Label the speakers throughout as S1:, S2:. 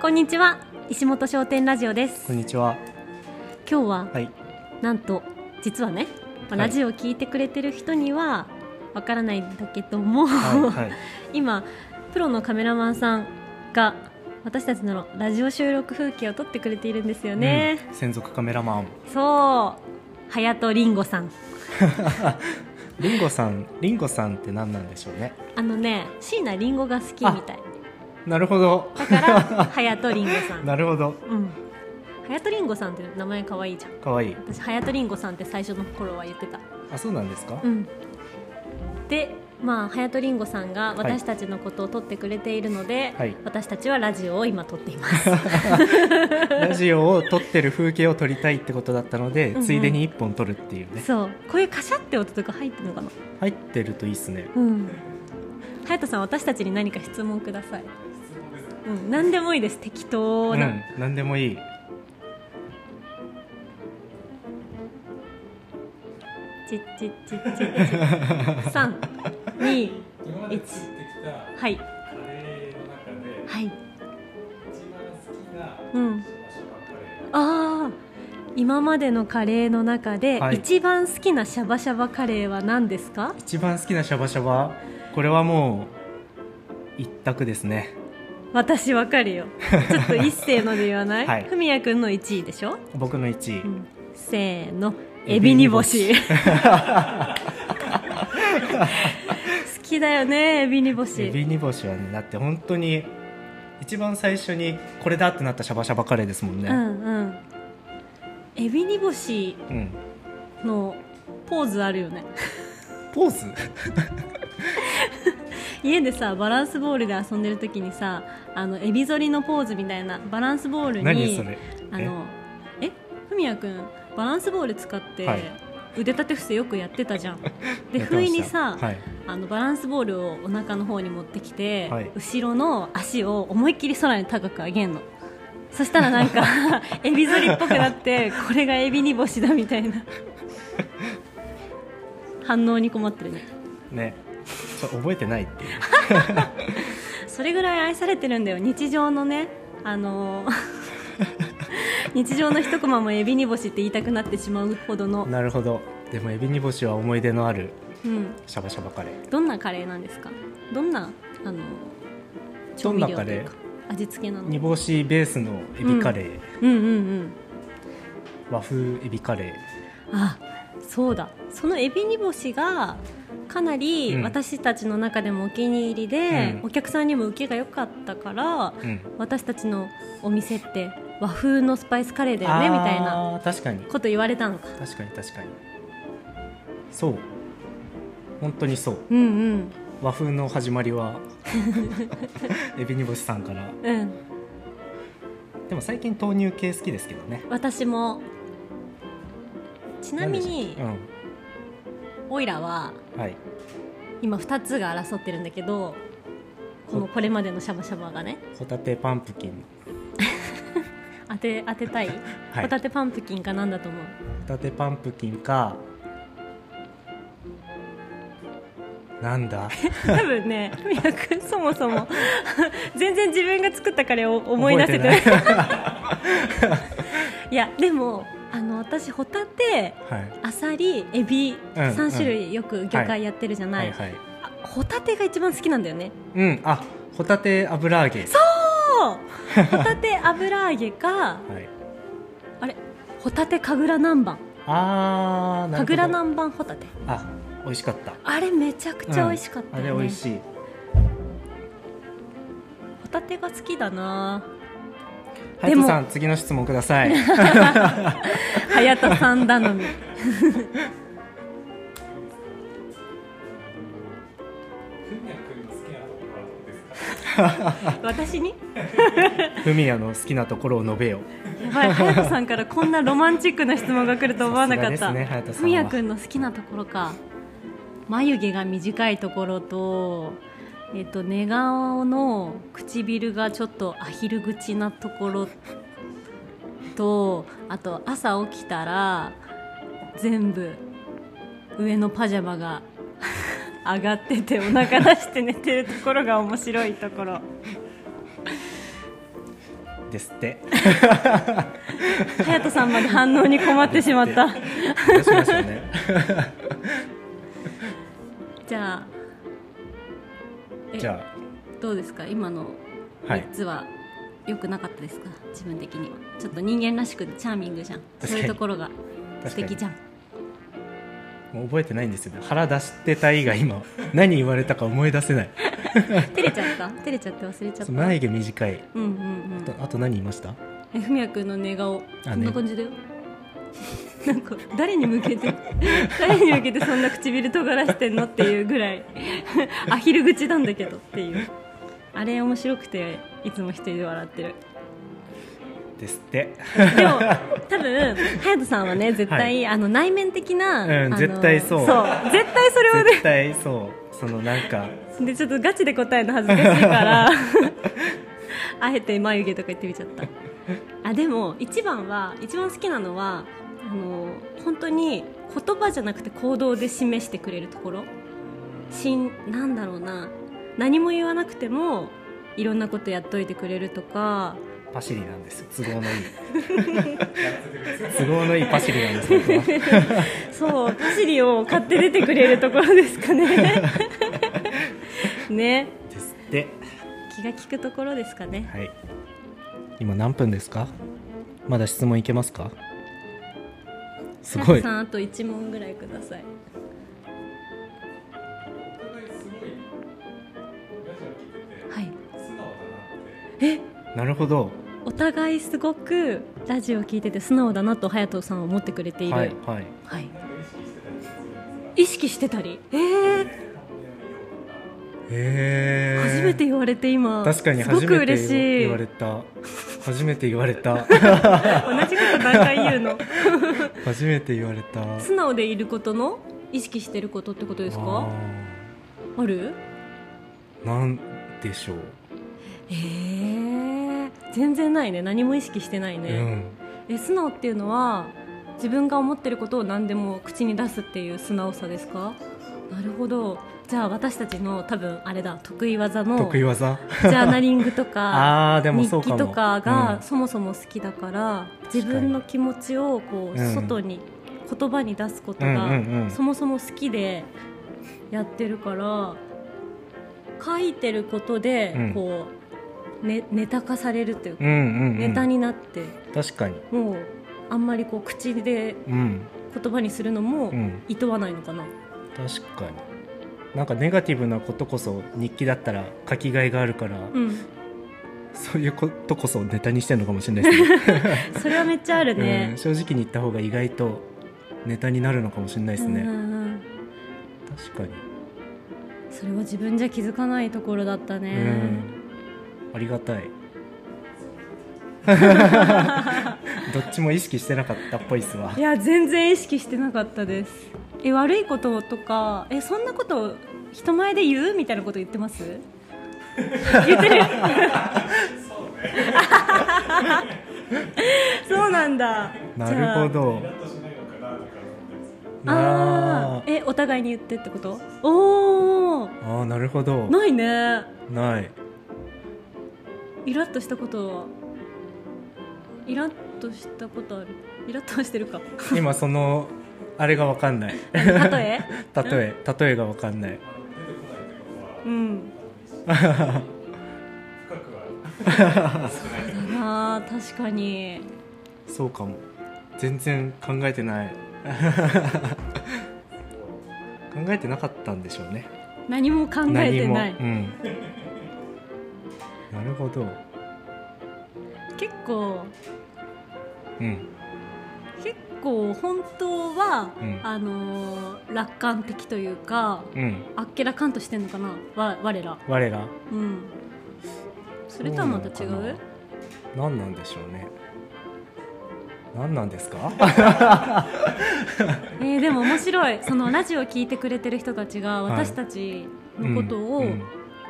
S1: こんにちは石本商店ラジオです
S2: こんにちは。
S1: 今日は
S2: はい。
S1: なんと実はね、まあ
S2: はい
S1: ラジオを聞いてくれてる人にはわからないんだけども、
S2: はい。はい。
S1: 今プロのカメラマンさんが私たちのラジオ収録風景を撮ってくれているんですよね、
S2: うん専属カメラマン。
S1: そう隼人りんごさん
S2: リンゴさん、リンゴさんって何なんでしょうね。
S1: あのね椎名りんごが好きみたい
S2: なるほど。
S1: だから隼人りんごさん
S2: なるほど。
S1: うん隼人りんごさんって名前可愛いじゃん
S2: 可愛いい。
S1: 私隼人りんごさんって最初の頃は言ってた
S2: あ、そうなんです か。
S1: うん、でまあ隼人りんごさんが私たちのことを撮ってくれているので、
S2: はい
S1: 私たちはラジオを今撮っています
S2: ラジオを撮ってる風景を撮りたいってことだったので、
S1: うんうん
S2: ついでに一本撮るっていうね。
S1: そうこういうカシャって音とか入ってるのかな
S2: 入ってるといいですね。
S1: うん隼人さん私たちに何か質問くださいうん、何でもいいです適当
S2: う
S1: な、
S2: ん、何でもいい。
S1: ちっちっちっちっち三二
S3: 今まで作ってきた
S1: はい
S3: カレーの中で
S1: はい
S3: 一番好きな
S1: うん
S3: シャバカレー
S1: ああ今までのカレーの中で、
S2: はい
S1: 一番好きなシャバシャバカレーは何ですか
S2: 一番好きなシャバシャバ。これはもう。一択ですね。
S1: 私わかるよちょっと一斉ので言わない、
S2: はい
S1: ふみやくんの1位でしょ、
S2: 僕の一位
S1: う。んせーのエビ煮干し
S2: エビ
S1: 好きだよねエビ煮干
S2: エ
S1: し
S2: ビ煮干しはねだって本当に一番最初にこれだってなったシャバシャバカレーですもん
S1: う
S2: ね、
S1: んうんエビ煮干し
S2: うん
S1: のポーズあるよね
S2: ポーズ
S1: 家でさバランスボールで遊んでる時にさあのエビ反りのポーズみたいなバランスボールに
S2: 何それ
S1: あのえふみやくんバランスボール使って、
S2: はい
S1: 腕立て伏せよくやってたじゃ んで
S2: やって
S1: 不
S2: ま
S1: 意
S2: した
S1: にさ、
S2: はい、
S1: あのバランスボールをお腹の方に持ってきて、
S2: はい
S1: 後ろの足を思いっきり空に高く上げんのそしたらなんか エビ反りっぽくなってこれがエビ煮干しだみたい な反応に困ってるね
S2: ねちょ覚えてないっていう
S1: それぐらい愛されてるんだよ日常のねあの ー日常の一コマもエビ煮干しって言いたくなってしまうほどの、
S2: なるほどでもエビ煮干しは思い出のある
S1: うん、
S2: シャバシャバカレー
S1: どんなカレーなんですかどんなあの調
S2: ど
S1: 味
S2: んな
S1: 料
S2: カ
S1: と
S2: レ
S1: い
S2: ー
S1: うか味付けなの
S2: 煮干しベースのエビカレー、
S1: うんうんうん
S2: 和風エビカレ
S1: あそうだそのエビ煮干しがかなり
S2: うん
S1: 私たちの中でもお気に入りで、
S2: うん
S1: お客さんにも受けが良かったから
S2: ー、うん、
S1: 私たちのお店って和風のスパイスカレーだよねみたいな
S2: あー確かに
S1: こと言われたのか
S2: 確かに確かにそう本当にそう
S1: うんうん
S2: 和風の始ま りはエビ煮干しさんから
S1: うん
S2: でも最近豆乳系好きですけどね
S1: 私もちなみ
S2: んで
S1: に
S2: しょう
S1: オイラは
S2: うんはい
S1: 今2つが争ってるんだけどこのこれまでのシャバシャバがね
S2: ホタテパンプキン
S1: 当て当てたい、
S2: はい
S1: ホタテパンプキンかなんだと思う
S2: ホタテパンプキンかなんだ
S1: 多分ねふみやくんそもそも 全然自分が作ったカレーを 思い出せてない
S2: 覚えない
S1: いやでもあの私ホタテ
S2: はい
S1: アサリエビ、
S2: うん
S1: 3種類よく魚介やってるじゃな、
S2: はいいはい
S1: あホタテが一番好きなんだよね
S2: うんあホタテ油揚げ
S1: そうホタテ油揚げか
S2: はい
S1: あれホタテ神楽南蛮
S2: あーなるほど
S1: 神楽南蛮ホタテ
S2: あ美味しかった
S1: あれめちゃくちゃ美味しかったよね、
S2: うんあれ美味しい
S1: ホタテが好きだな
S2: ハヤトさん次の質問ください
S1: 隼人さん頼み
S3: ふみやくんの好きなところはどこですか
S1: 私に
S2: フミヤの好きなところを述べよ
S1: やばい隼人さんからこんなロマンチックな質問が来ると思わなかっ
S2: さすが
S1: た
S2: ですね隼人さんは
S1: みやくんの好きなところか眉毛が短いところとえっと寝顔の唇がちょっとアヒル口なところとあと朝起きたら全部上のパジャマが 上がっててお腹出して寝てるところが面白いところ
S2: です って
S1: 隼人さんまで反応に困ってしまった
S2: どうしましょうね
S1: じゃあえ
S2: じゃ
S1: どうですか今の
S2: あはい
S1: 3つは良くなかったですか、自分的にはちょっと人間らしくチャーミングじゃん
S2: 確かに
S1: そういうところが素
S2: 確か
S1: 敵
S2: に
S1: じゃん
S2: もう覚えてないんですよね腹出してた以外今何言われたか思い出せない
S1: 照れちゃった照れちゃって忘れちゃっ
S2: そ
S1: た
S2: う眉毛短い
S1: うんうんうん
S2: あとあと何言いました
S1: えふみやくんの寝顔
S2: あ
S1: こんな
S2: ね
S1: 感じだよ なんか誰に向けて 誰に向けてそんな唇尖らしてんのっていうぐらい アヒル口なんだけどっていうあれ面白くていつも一人で笑ってる
S2: ですって
S1: でも多分隼人さんはね絶対、
S2: はい
S1: あの内面的な、
S2: うん
S1: あの
S2: 絶対そう
S1: 絶対それは
S2: 絶
S1: ね
S2: 対そうそのなんか
S1: でちょっとガチで答えるの恥ずかしいからあえて眉毛とか言ってみちゃったあでも一番は一番好きなのはあの本当に言葉じゃなくて行動で示してくれるところしんなんだろうな何も言わなくてもいろんなことやっといてくれるとか
S2: パシリなんですよ都合のいい
S3: やらせてるんですよ
S2: 都合のいいパシリなんですよ僕は
S1: そう、パシリを買って出てくれるところですか ね。ね、
S2: ですって
S1: 気が利くところですかね。
S2: はい今何分ですかまだ質問いけますかすご
S1: 佐
S2: い
S1: 藤さん、あと一問ぐらいください。
S3: お互いすごいラジオ聞いてて
S1: はい。
S3: 素直だなって
S1: え、
S2: なるほど
S1: お互いすごくラジオを聞いてて素直だなと隼人さんは思ってくれている。
S2: は
S1: はいい。
S3: な
S2: はい
S3: んか意識してたりするんですが
S1: 意識してたり。えー、
S2: へー
S1: 初めて言われて今。
S2: 確かに
S1: すご
S2: 初
S1: く
S2: め
S1: 嬉
S2: て
S1: しい。
S2: 言われた初めて言われた
S1: 同じこと何回言うの。
S2: 初めて言われた
S1: 素直でいることの意識してることってことですか。ある？
S2: あーなんでしょう、
S1: えー、全然ないね。何も意識してないね。え素直っていうのは自分が思ってることを何でも口に出すっていう素直さですかなるほどじゃあ私たちの多分あれだ得意技
S2: うん
S1: の
S2: 得意技
S1: ジャーナリングとか
S2: あーでも
S1: 日
S2: そうか
S1: 記
S2: も
S1: とか
S2: う
S1: が
S2: ん
S1: そもそも好きだから、
S2: かに
S1: 自分の気持ちをこう
S2: うん
S1: 外に、言葉に出すこと
S2: うんうんう
S1: が
S2: ん
S1: そもそも好きでやってるから書いてること
S2: う
S1: で
S2: ん
S1: こう、ね、ネタ化されるっていうか、
S2: うんうん、うん、
S1: ネタになって。
S2: 確かに
S1: もうあんまりこう口で
S2: うん
S1: 言葉にするのも
S2: うん
S1: いとわないのかな、
S2: 確かになんかネガティブなことこそ日記だったら書きがいがあるから、
S1: うん
S2: そういうことこそネタにしてるのかもしれないですね
S1: それはめっちゃある
S2: う
S1: ね
S2: ん、正直に言った方が意外とネタになるのかもしれないですね、
S1: うんうんうん
S2: 確かに、
S1: それは自分じゃ気づかないところだったね、
S2: うんあり がたいどっちも意識してなかったっぽいっすわ
S1: いや全然意識してなかったですえ悪いこととかえそんなこと人前で言うみたいなこと言ってます言ってるそうなんだ
S2: な
S1: じ
S2: るほ
S1: ゃあ
S2: ど
S3: イラッとしないのかなとか思ったりする
S1: あ
S2: な
S1: ーえお互いに言ってってことおお
S2: ああーなるほど
S1: ないね
S2: ない
S1: イラッとしたことはイラッとしたことあるイラッとはしてる か
S2: 今そのあれがわかんない
S1: 例え
S2: 例え例えがわかんない
S3: 出てこないってことは
S1: うん
S3: 深くは
S1: だなあ確かに
S2: そうかも全然考えてない 考えてなかったんでしょうね
S1: 何も考えてない、
S2: 何もうん、なるほど
S1: 結構
S2: うん
S1: 結構本当は、
S2: うん
S1: あのー楽観的というか
S2: うん
S1: あっけらかんとしてんのかなわ我ら
S2: 我ら
S1: うんそれとはまた違
S2: そうなの
S1: う
S2: かな何なんでしょうね何なんですか
S1: えーでも面白いそのラジオ聞いてくれてる人たちが
S2: はい
S1: 私たちのことを、
S2: うん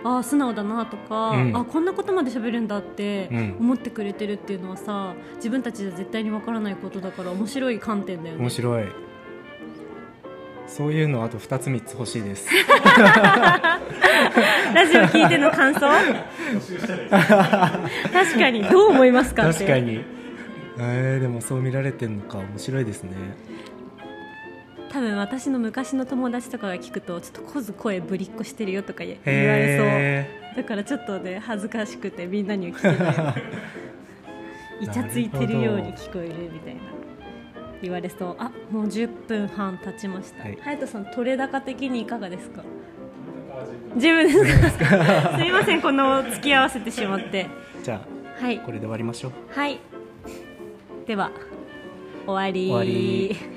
S1: ああ素直だなとか、
S2: うん
S1: あこんなことまで喋るんだって
S2: うん
S1: 思ってくれてるっていうのはさ自分たちじゃ絶対にわからないことだから面白い観点だよ
S2: うん
S1: ね
S2: 面白いそういうのあと2つ3つ欲し いです
S1: ラジオ聞いての感 想
S3: 募集したらいいです
S1: 確かにどう思いますかって
S2: 確かにえー、でもそう見られてるのか面白いですね
S1: 多分私の昔の友達とかが聞くとちょっとこず声ぶりっこしてるよとか言言われ
S2: へ
S1: そうだからちょっとね恥ずかしくてみんなには聞け ないイチャついてるように聞こえるみたいな言われそうあもう10分半経ちました
S2: はい
S1: 隼人、さん取れ高的にいかがですか
S3: か
S1: 自分ですか すいませんこの付き合わせてしまって
S2: ーじゃ
S1: はい
S2: あこれで終わりましょう
S1: はいでは終わり
S2: 終わり